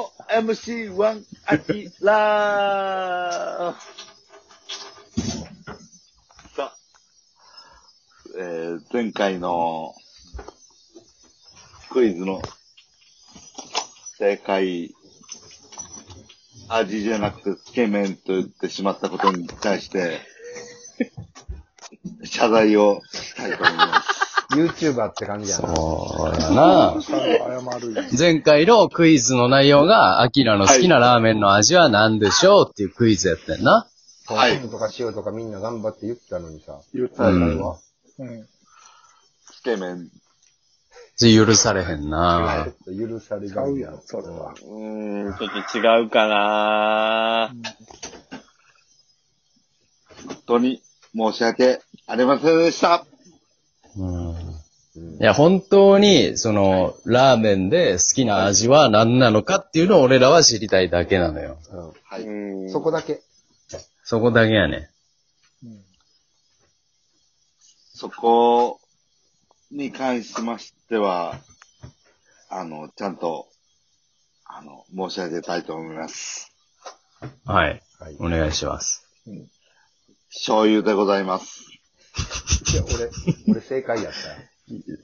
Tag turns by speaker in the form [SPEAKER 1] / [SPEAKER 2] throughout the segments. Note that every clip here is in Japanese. [SPEAKER 1] OMC1 アキラさあ、えー、前回のクイズの正解、味じゃなくてつけ麺と言ってしまったことに対 して、謝罪をしたいと思います。
[SPEAKER 2] YouTuber って感じやな。
[SPEAKER 3] そうやな。前回のクイズの内容が、アキラの好きなラーメンの味は何でしょうっていうクイズやったんな。
[SPEAKER 1] は
[SPEAKER 2] はいい。とか塩とかみんな頑張って言ってたのにさ。
[SPEAKER 4] 言った
[SPEAKER 3] う
[SPEAKER 4] ら
[SPEAKER 3] ん。
[SPEAKER 4] うん。
[SPEAKER 1] つけ麺、
[SPEAKER 3] じゃ許されへんな
[SPEAKER 2] ちょっ。と許され
[SPEAKER 4] ち
[SPEAKER 2] が
[SPEAKER 4] ゃ
[SPEAKER 2] いうな
[SPEAKER 4] やん、それは。。
[SPEAKER 5] うーん、ちょっと違うかな
[SPEAKER 1] 本当に申し訳ありませんでした。
[SPEAKER 3] うん。
[SPEAKER 2] うん
[SPEAKER 3] いや、本当に、その、ラーメンで好きな味は何なのかっていうのを俺らは知りたいだけなのよ。
[SPEAKER 2] うん
[SPEAKER 1] は
[SPEAKER 5] う
[SPEAKER 1] い。
[SPEAKER 5] ん。
[SPEAKER 2] そこだけ。
[SPEAKER 3] そこだけやね。
[SPEAKER 4] うん
[SPEAKER 1] そこに関しましては、あの、ちゃんと、あの、申し上げたいと思います。
[SPEAKER 3] はい。
[SPEAKER 2] はい。い
[SPEAKER 3] お願いします。
[SPEAKER 1] 醤油でございます。
[SPEAKER 2] や、俺、俺正解やっ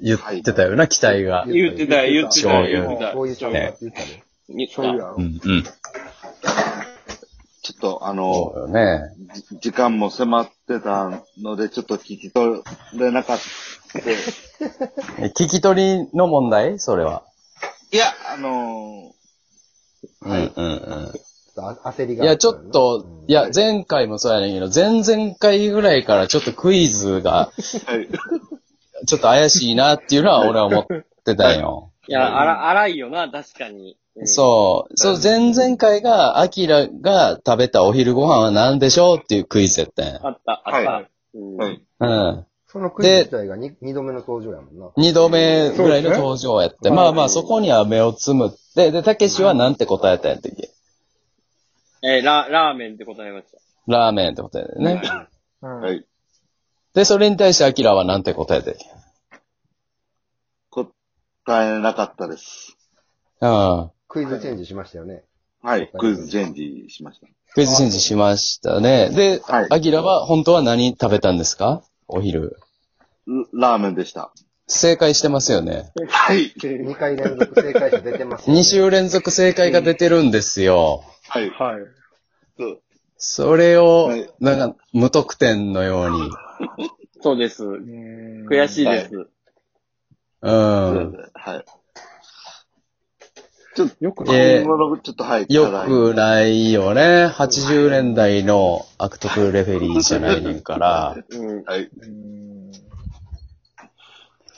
[SPEAKER 3] 言ってたよな、期待 が。
[SPEAKER 5] 言ってた、言って
[SPEAKER 3] 醤
[SPEAKER 5] た、
[SPEAKER 3] 油
[SPEAKER 2] た
[SPEAKER 5] 言って
[SPEAKER 2] よ。
[SPEAKER 5] た。
[SPEAKER 2] こういう
[SPEAKER 5] 醤
[SPEAKER 2] 醤油
[SPEAKER 5] 油
[SPEAKER 2] って言ったで。
[SPEAKER 5] 言っ
[SPEAKER 4] そう
[SPEAKER 5] た
[SPEAKER 4] やろ
[SPEAKER 3] う。ん、うん。
[SPEAKER 1] ちょっと、あ
[SPEAKER 3] そ
[SPEAKER 1] の、
[SPEAKER 3] うよね。
[SPEAKER 1] じ時間も迫ってたので、ちょっと聞き取れなか った。い
[SPEAKER 3] え聞き取りの問題それは。
[SPEAKER 1] や、あの、
[SPEAKER 3] うん、うん、うん。
[SPEAKER 2] ちょっとあ焦り
[SPEAKER 3] い
[SPEAKER 2] が。
[SPEAKER 3] や、ちょっと、いや、前回もそうやねんけど、前々回ぐらいからちょっとクイズ
[SPEAKER 1] は
[SPEAKER 3] が、
[SPEAKER 1] い。
[SPEAKER 3] ちょっと怪しいなっていうのは俺は思ってたんよ。
[SPEAKER 5] いや、荒荒いよな、確かに。う
[SPEAKER 3] そう。そう、前々回が、アキラが食べたお昼ご飯は何でしょうっていうクイズやったん
[SPEAKER 5] ん。あった、あ
[SPEAKER 1] は
[SPEAKER 5] った。うん
[SPEAKER 1] はい。
[SPEAKER 3] や。うん。
[SPEAKER 2] そのクイズ自体が 2, 度目の登場やもんな。
[SPEAKER 3] 二度目ぐらいの登場やって。
[SPEAKER 4] そうですね
[SPEAKER 3] まあまあ、そこには目をつむって、で、たけしはなんて答えたんやったっけ
[SPEAKER 5] えーラ、ラーメンって答えました。
[SPEAKER 3] ラーメンって答えだよね。
[SPEAKER 4] うん
[SPEAKER 1] はい。
[SPEAKER 3] で、それに対してアキラはなんて答えたっけ
[SPEAKER 1] 答えなかったです。
[SPEAKER 3] うん。
[SPEAKER 2] クイズチェンジしましたよね。
[SPEAKER 1] はい。クイズチェンジしまし
[SPEAKER 3] クイズチェンジしましたね。で、
[SPEAKER 1] た。はい。
[SPEAKER 3] アキラは本当は何食べたんですかお昼。
[SPEAKER 1] ラーメンでした。
[SPEAKER 3] 正解してますよね。
[SPEAKER 1] はい。
[SPEAKER 2] 2回連続正解者出てますよね。
[SPEAKER 3] 2週連続正解が出てるんですよ。
[SPEAKER 1] はい。
[SPEAKER 4] はい。
[SPEAKER 1] そう
[SPEAKER 3] それを
[SPEAKER 1] はい、
[SPEAKER 3] なんか、無得点のように。
[SPEAKER 5] そうです。
[SPEAKER 4] 悔
[SPEAKER 5] 悔しいです。
[SPEAKER 3] うん。
[SPEAKER 1] はい。ちょっと、
[SPEAKER 4] よく
[SPEAKER 3] えー
[SPEAKER 1] 今のちょっと、はい。
[SPEAKER 3] よくないよね。80年代の悪徳レフェリーじゃないねんから。
[SPEAKER 5] うん。
[SPEAKER 1] はい。
[SPEAKER 4] うん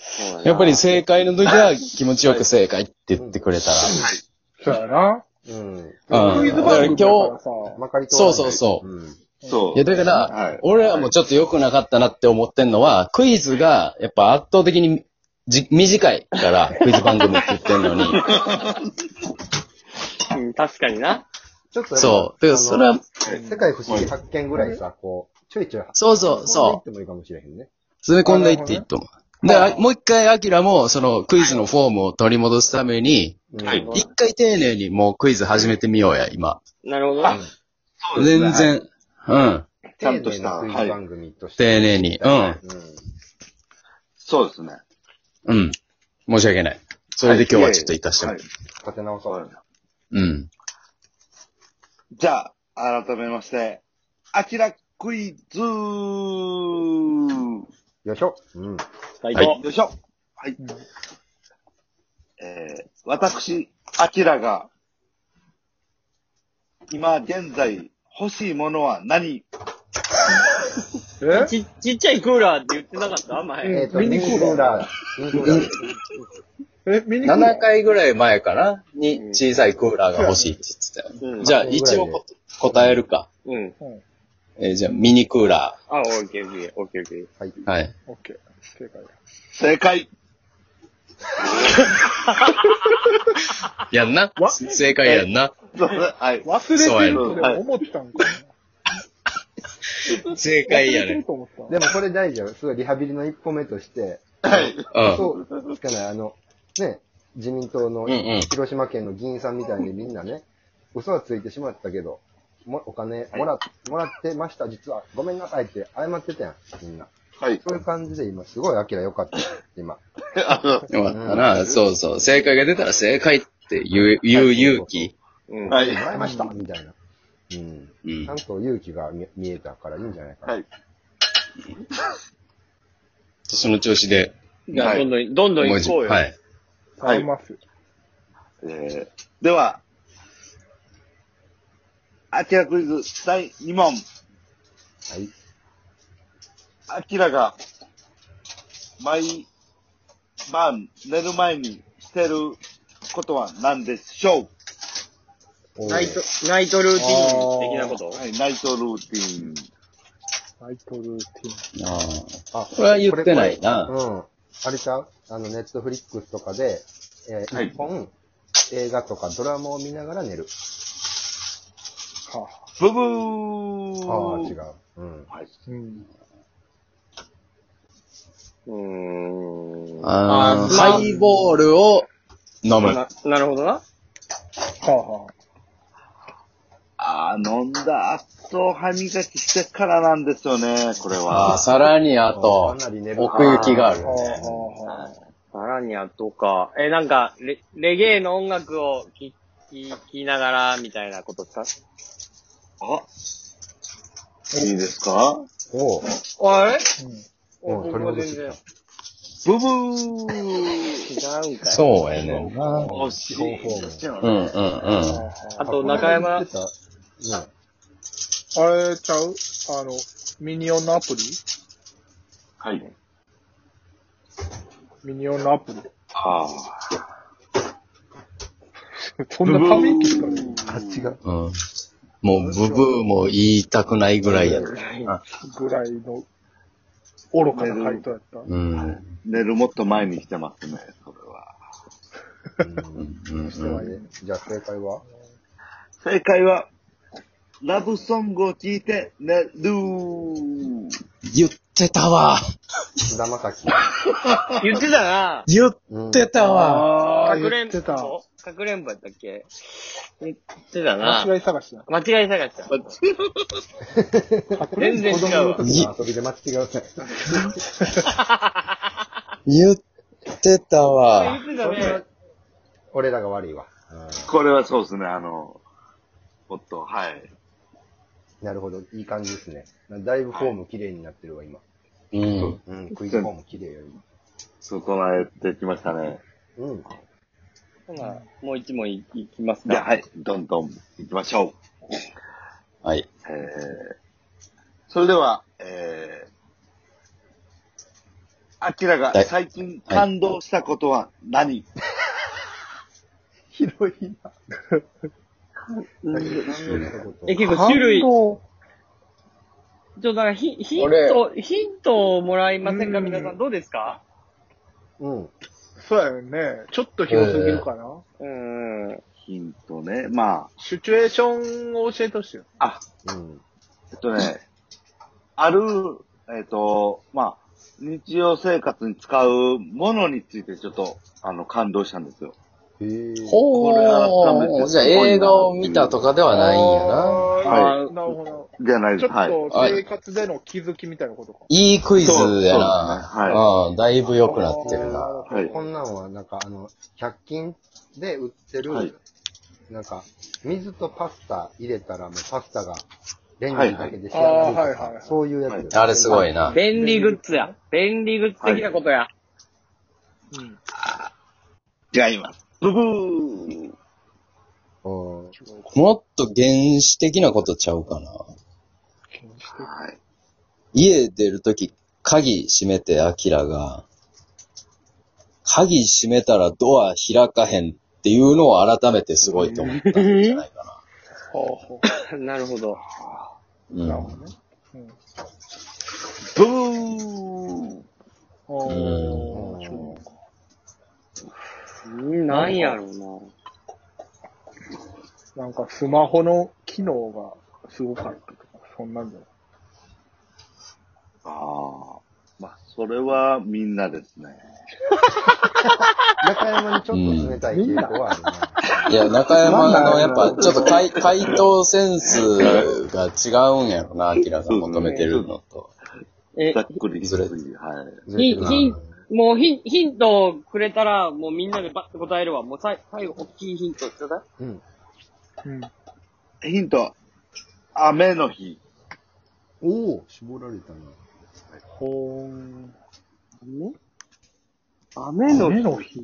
[SPEAKER 5] そうな
[SPEAKER 3] やっぱり、正解の時は気持ちよく正解って言ってくれた
[SPEAKER 4] そうやな。
[SPEAKER 2] うん。
[SPEAKER 3] ら。う
[SPEAKER 4] ク
[SPEAKER 3] ん。
[SPEAKER 4] イ
[SPEAKER 3] だ
[SPEAKER 4] ズ
[SPEAKER 3] か
[SPEAKER 4] 番
[SPEAKER 3] ら
[SPEAKER 4] 組
[SPEAKER 3] 今日
[SPEAKER 4] だから、さ。
[SPEAKER 2] まかりと
[SPEAKER 3] そうそうそう。
[SPEAKER 2] うん。
[SPEAKER 1] そう。
[SPEAKER 3] いや、だから、
[SPEAKER 1] はい
[SPEAKER 3] 俺らもちょっと良くなかったなって思ってんのは、クイズが、やっぱ圧倒的にじ短い から、クイズ番組って言ってんのに。
[SPEAKER 5] うん、確かにな。
[SPEAKER 2] ちょっとやっぱ
[SPEAKER 3] そう。だからそれは、
[SPEAKER 2] 世界不思議発見ぐらいさ、こう、ちょいちょい発
[SPEAKER 3] そうそ
[SPEAKER 2] そう
[SPEAKER 3] う、そ
[SPEAKER 2] 言ってもいいかもしれへんね。
[SPEAKER 3] う。詰め込んでいっていいと思う。で、あもう一回、アキラも、その、クイズのフォームを取り戻すために、
[SPEAKER 2] うん
[SPEAKER 1] はい
[SPEAKER 3] 一回丁寧にもうクイズ始めてみようや、今。
[SPEAKER 5] なるほどな。
[SPEAKER 1] そうですね
[SPEAKER 3] 全然、うん。
[SPEAKER 1] ちゃんとした
[SPEAKER 2] 丁寧なクイズ番組として。
[SPEAKER 3] 丁寧に。うん。
[SPEAKER 2] う
[SPEAKER 1] そうですね。
[SPEAKER 3] うん。申し訳ない。それで今日はちょっと活かしてもらう。
[SPEAKER 2] ん。立て直そう。
[SPEAKER 1] はい
[SPEAKER 3] うん。
[SPEAKER 1] じゃあ、改めまして、アキラクイズよ
[SPEAKER 2] よいしょ。うん。
[SPEAKER 5] 最
[SPEAKER 3] は
[SPEAKER 5] 高。
[SPEAKER 1] いしょはい。えー、私、アキラが、今現在欲しいものは何
[SPEAKER 4] え
[SPEAKER 5] ち、ちっちゃいクーラーって言ってなかった前。
[SPEAKER 2] えっと、
[SPEAKER 4] ミニ
[SPEAKER 2] ミ
[SPEAKER 4] ク
[SPEAKER 2] ニ
[SPEAKER 4] ー
[SPEAKER 2] クー
[SPEAKER 4] ラー
[SPEAKER 2] ラー。ミニクーラー。
[SPEAKER 4] え、ミニクーラ
[SPEAKER 3] 7回ぐらい前かなに小さいクーラーが欲しいって言ってた
[SPEAKER 5] う
[SPEAKER 3] よ。
[SPEAKER 5] ん
[SPEAKER 3] じゃあ一応こ答えるか。
[SPEAKER 5] うん。
[SPEAKER 3] えーじゃあミニクーラ
[SPEAKER 5] あ、オッケーオッケー、オッケーオッケー。
[SPEAKER 3] ー。はい。
[SPEAKER 4] ーオッケー。正解だ。
[SPEAKER 1] 正解
[SPEAKER 3] やんな
[SPEAKER 4] わ
[SPEAKER 3] 正解やんな。
[SPEAKER 1] そうはい。
[SPEAKER 4] 忘れてるとでも思ったんか
[SPEAKER 3] 正
[SPEAKER 4] な。
[SPEAKER 3] 解や
[SPEAKER 4] 忘れて
[SPEAKER 3] ね
[SPEAKER 4] る。と思ったん
[SPEAKER 2] でもこれ大事よ。すごいリハビリの一歩目として、
[SPEAKER 1] はい。
[SPEAKER 3] うん。
[SPEAKER 2] そう、つかない、あの、ね、自民党の
[SPEAKER 3] うんうん
[SPEAKER 2] 広島県の議員さんみたいにみんなね、嘘はついてしまったけど、もお金もらもらってました、実は。ごめんなさいって謝ってたやん、みんな。
[SPEAKER 1] はい。
[SPEAKER 2] そういう感じで今、すごいアキラ良かった、今。
[SPEAKER 1] あの
[SPEAKER 3] よかったな、そうそう。正解が出たら正解って言う、言う勇気。
[SPEAKER 5] うん。
[SPEAKER 1] はい
[SPEAKER 2] もらいました、みたいな。うん。
[SPEAKER 3] うん
[SPEAKER 2] ちゃん。と勇気が見見えたからいいんじゃないかな。
[SPEAKER 1] はい。
[SPEAKER 3] その調子で、
[SPEAKER 5] じゃあ、どんどん、どんどん
[SPEAKER 3] もう
[SPEAKER 5] 行
[SPEAKER 3] 一
[SPEAKER 5] こうよ。
[SPEAKER 3] はい。
[SPEAKER 1] はい
[SPEAKER 4] 買います。
[SPEAKER 1] えー、では、アキラクイズ第2問。
[SPEAKER 2] はい。
[SPEAKER 1] アキラが、毎晩寝る前にしてることは何でしょう
[SPEAKER 2] おー
[SPEAKER 5] ナイト、ナイトルーティン的なこと
[SPEAKER 1] はい、ナイトルーティン。
[SPEAKER 4] ナイトルーティン。
[SPEAKER 3] あ
[SPEAKER 2] あ、
[SPEAKER 3] これは言ってないな
[SPEAKER 2] これうん。あれちゃうあの、ネットフリックスとかで、えー
[SPEAKER 1] はい
[SPEAKER 2] 一本、映画とかドラマを見ながら寝る。
[SPEAKER 4] はあ。
[SPEAKER 1] ブブ
[SPEAKER 2] あ
[SPEAKER 1] ー
[SPEAKER 2] あ、違う。うん。
[SPEAKER 1] はい。
[SPEAKER 4] うん。
[SPEAKER 5] うーん。
[SPEAKER 3] ああ
[SPEAKER 5] あ
[SPEAKER 3] の
[SPEAKER 5] ー、ま
[SPEAKER 3] ハイボールを飲む。
[SPEAKER 5] ななるほどな。
[SPEAKER 4] はあはあ。
[SPEAKER 1] あー飲んだ後歯磨きしてからなんですよね、これ
[SPEAKER 3] あー
[SPEAKER 1] は。
[SPEAKER 3] さらにあと
[SPEAKER 2] かなり寝、る
[SPEAKER 3] 奥行きがある
[SPEAKER 4] はあ
[SPEAKER 3] ね。
[SPEAKER 4] はあは
[SPEAKER 5] さらにあとか、え、なんかレ、レゲエの音楽を聴き聴きながら、みたいなことさ。
[SPEAKER 1] あいいですか
[SPEAKER 2] おう
[SPEAKER 5] あれ
[SPEAKER 4] あ。うん。
[SPEAKER 2] おう
[SPEAKER 5] 僕
[SPEAKER 2] 取り
[SPEAKER 5] は
[SPEAKER 2] 戻
[SPEAKER 5] 全
[SPEAKER 2] して
[SPEAKER 5] 然。
[SPEAKER 2] き
[SPEAKER 1] ブブー
[SPEAKER 5] 違うんかい。
[SPEAKER 3] そうやねんな。
[SPEAKER 1] 惜しいですよ
[SPEAKER 3] う
[SPEAKER 1] ね。
[SPEAKER 3] んうんうん。
[SPEAKER 4] はあ
[SPEAKER 5] あ
[SPEAKER 4] は
[SPEAKER 5] と、
[SPEAKER 2] た。
[SPEAKER 5] 中山
[SPEAKER 2] 言って、たね
[SPEAKER 4] ああれちゃうあの、ミニオンのアプリ
[SPEAKER 1] はい。
[SPEAKER 4] ミニオンのアプリ。
[SPEAKER 1] あ
[SPEAKER 4] そんなため息しか出ない
[SPEAKER 2] あ、違う。
[SPEAKER 3] うん。もう、ブブーも言いたくないぐらいや。
[SPEAKER 4] ぐらいの愚かな回答やった。
[SPEAKER 3] うん。
[SPEAKER 1] ー寝るもっと前に来てますね、それは。
[SPEAKER 2] うん
[SPEAKER 3] うん
[SPEAKER 2] ちょっと待ってじゃあ正解は
[SPEAKER 1] 正解は、ラブソングを聴いて寝る。
[SPEAKER 3] 言ってたわ。
[SPEAKER 2] 菅田将暉。
[SPEAKER 5] 言ってたな。
[SPEAKER 3] 言っ
[SPEAKER 2] うん
[SPEAKER 3] てたわ。
[SPEAKER 4] あ
[SPEAKER 5] かくれん
[SPEAKER 4] 言ってた。
[SPEAKER 5] ぼかくれんぼやったっけ言ってたな。
[SPEAKER 4] 間違い探しや。
[SPEAKER 5] 間違い探した。全然
[SPEAKER 2] 子供
[SPEAKER 5] 違う
[SPEAKER 2] の
[SPEAKER 5] わ。
[SPEAKER 2] 時の遊びで間違うね。
[SPEAKER 3] 言ってた
[SPEAKER 5] 言
[SPEAKER 3] わ
[SPEAKER 5] っ。てたね。
[SPEAKER 2] 俺らが悪いわ。
[SPEAKER 1] これはそうですね、あの、おっと、はい。
[SPEAKER 2] うんなるほど。いい感じですね。だいぶフォーム綺麗になってるわ、今。
[SPEAKER 3] うん。
[SPEAKER 2] うん。クイズフォーム綺麗よ、今。
[SPEAKER 1] 整えてきましたね。
[SPEAKER 2] うん。
[SPEAKER 5] ほなもう一問いいきます
[SPEAKER 1] じゃあ、
[SPEAKER 5] か。
[SPEAKER 1] はい、どんどん行きましょう。
[SPEAKER 3] はい。
[SPEAKER 1] えー、それでは、えー、アキラが最近感動したことは何、
[SPEAKER 2] 広いな。
[SPEAKER 5] え、結構種類、ちょっとなんかヒヒント、ヒントをもらいませんか
[SPEAKER 4] うん
[SPEAKER 5] 皆さん、どうですか
[SPEAKER 2] うん。
[SPEAKER 4] そうやよね。ちょっと広すぎるかな、
[SPEAKER 5] うーん。
[SPEAKER 1] ヒントね。ま
[SPEAKER 4] シチュエーションを教えてほしいよ。。
[SPEAKER 1] あ、あ、
[SPEAKER 2] うん。
[SPEAKER 1] えっとね、ある、えっと、まあ、日常生活に使うものについてちょっと、あの、感動したんですよ。
[SPEAKER 2] へえ。
[SPEAKER 1] これは改め
[SPEAKER 3] ほー。
[SPEAKER 1] て
[SPEAKER 3] じゃあ映画を見たとかではないんやな。
[SPEAKER 1] はい
[SPEAKER 4] なるほど。
[SPEAKER 1] じゃないで
[SPEAKER 4] ち
[SPEAKER 1] す。はい。
[SPEAKER 4] ょっと生活での気づきみたいなことか。
[SPEAKER 3] いいクイ
[SPEAKER 1] そ
[SPEAKER 3] ズ
[SPEAKER 1] うそうです
[SPEAKER 3] や
[SPEAKER 1] ね
[SPEAKER 3] な。
[SPEAKER 1] は
[SPEAKER 3] うん。だいぶ良くなってるな。
[SPEAKER 1] はい
[SPEAKER 2] こんなんは、なんか、あの、100均で売ってる、
[SPEAKER 1] はい
[SPEAKER 2] なんか、水とパスタ入れたらもうパスタがレンジだけで仕上
[SPEAKER 4] はい
[SPEAKER 2] が
[SPEAKER 4] は
[SPEAKER 2] る
[SPEAKER 4] い
[SPEAKER 2] とか、
[SPEAKER 4] あーはいはいはい
[SPEAKER 2] そういうやつ、
[SPEAKER 3] あれすごい。な。
[SPEAKER 5] 便利グッズや。便利グッズ的なことや。
[SPEAKER 4] うん。
[SPEAKER 1] 違います。ブブー
[SPEAKER 2] うん。
[SPEAKER 3] もっと原始的なことちゃうかな。
[SPEAKER 1] はい。
[SPEAKER 3] 家出るとき、鍵閉めて、アキラが、鍵閉めたらドア開かへんっていうのを改めてすごいと思ったんじゃないか
[SPEAKER 4] ほうほ
[SPEAKER 5] なるほど。
[SPEAKER 3] な。う
[SPEAKER 4] う。
[SPEAKER 3] ん
[SPEAKER 4] なるほどね。うん。
[SPEAKER 1] ブー
[SPEAKER 4] おー
[SPEAKER 2] うん
[SPEAKER 5] うんなんやろう
[SPEAKER 4] なんかスマホの機能がすごかったとか、そんなんじゃない
[SPEAKER 1] ああ。まあ、それはみんなですね。
[SPEAKER 2] 中山にちょっと冷たい傾向はあるな。
[SPEAKER 3] いや、中山のやっぱ、ちょっと回回答センスが違うんやろな、アキラが求めてるのと。
[SPEAKER 5] え
[SPEAKER 1] ざっ、くり。
[SPEAKER 3] ず
[SPEAKER 1] は
[SPEAKER 3] れ
[SPEAKER 1] い。
[SPEAKER 2] ずれてるな
[SPEAKER 5] ひひもうヒンヒントをくれたら、もうみんなでバッと答えるわ。もうさい最後、大きいヒントちょうだい。
[SPEAKER 2] うん。
[SPEAKER 4] うん。
[SPEAKER 1] ヒント。雨の日。
[SPEAKER 2] おお絞られたな。
[SPEAKER 4] ほーん。
[SPEAKER 5] 雨雨の
[SPEAKER 4] 雨
[SPEAKER 5] 日
[SPEAKER 4] の日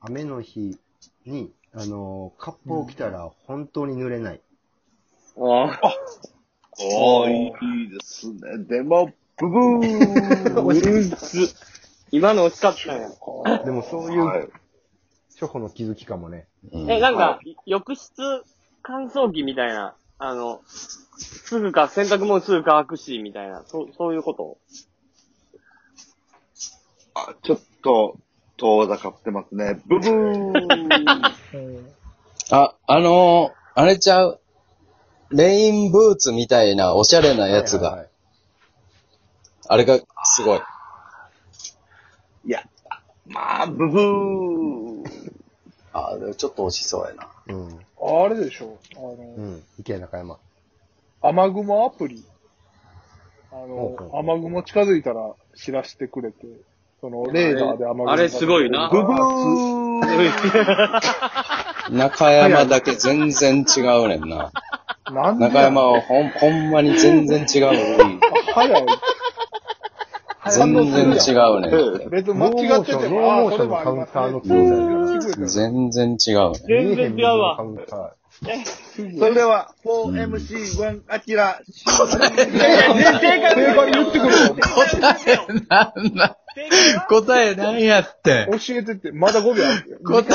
[SPEAKER 2] 雨の日に、あのー、カッパを着たら本当に濡れない。
[SPEAKER 5] あ
[SPEAKER 1] おー、いいですね。でも、ブブー
[SPEAKER 5] 惜しい今の惜しかったんや。
[SPEAKER 2] でもそう、
[SPEAKER 1] はいいう
[SPEAKER 2] 初歩の気づきかもね。
[SPEAKER 3] うん
[SPEAKER 5] え、なんか、浴室乾燥機みたいな、あの、すぐか、洗濯物すぐ乾くし、みたいな、そう、そういうこと
[SPEAKER 1] あちょっと、遠ざかってますね。ブブー
[SPEAKER 4] うん。
[SPEAKER 3] あ、あのー、あれちゃう。レインブーツみたいなおしゃれなやつ
[SPEAKER 2] はい
[SPEAKER 3] が、
[SPEAKER 2] はいはい
[SPEAKER 3] あれがすごい。
[SPEAKER 1] いや、まあ、ブブー
[SPEAKER 3] あ、でもちょっと惜しそうやな。
[SPEAKER 2] うん。
[SPEAKER 4] あれでしょあ
[SPEAKER 2] う
[SPEAKER 4] の、
[SPEAKER 2] ん。いけ、中山。
[SPEAKER 4] 雨雲アプリ。あ
[SPEAKER 2] ほうほう
[SPEAKER 4] の、雨雲近づいたら知らせてくれて、その、レーダーで雨雲が
[SPEAKER 5] あれすごいな
[SPEAKER 1] ブブー
[SPEAKER 3] 中山だけ全然違うねんな。
[SPEAKER 4] なんで
[SPEAKER 3] 中山はほん、 ほんまに全然違う。うん
[SPEAKER 4] 早い。
[SPEAKER 3] 全然違うね
[SPEAKER 4] 別に間違ってても、あ
[SPEAKER 2] ノーモ
[SPEAKER 4] あ、
[SPEAKER 2] ーションノーモーショ
[SPEAKER 4] それもあり
[SPEAKER 2] ンのカウンターの
[SPEAKER 4] ます
[SPEAKER 2] 強
[SPEAKER 4] ね。
[SPEAKER 2] さ
[SPEAKER 3] ん。全然違うね。
[SPEAKER 5] 全然違うわ
[SPEAKER 2] 見えへん水のカウンタ
[SPEAKER 1] それでは、4MC1 アキラ、
[SPEAKER 5] 正解
[SPEAKER 4] 正解言ってくれよ。
[SPEAKER 3] なんだ答え何やって
[SPEAKER 4] 教えてって、まだ5秒あるよ。
[SPEAKER 3] 答え、答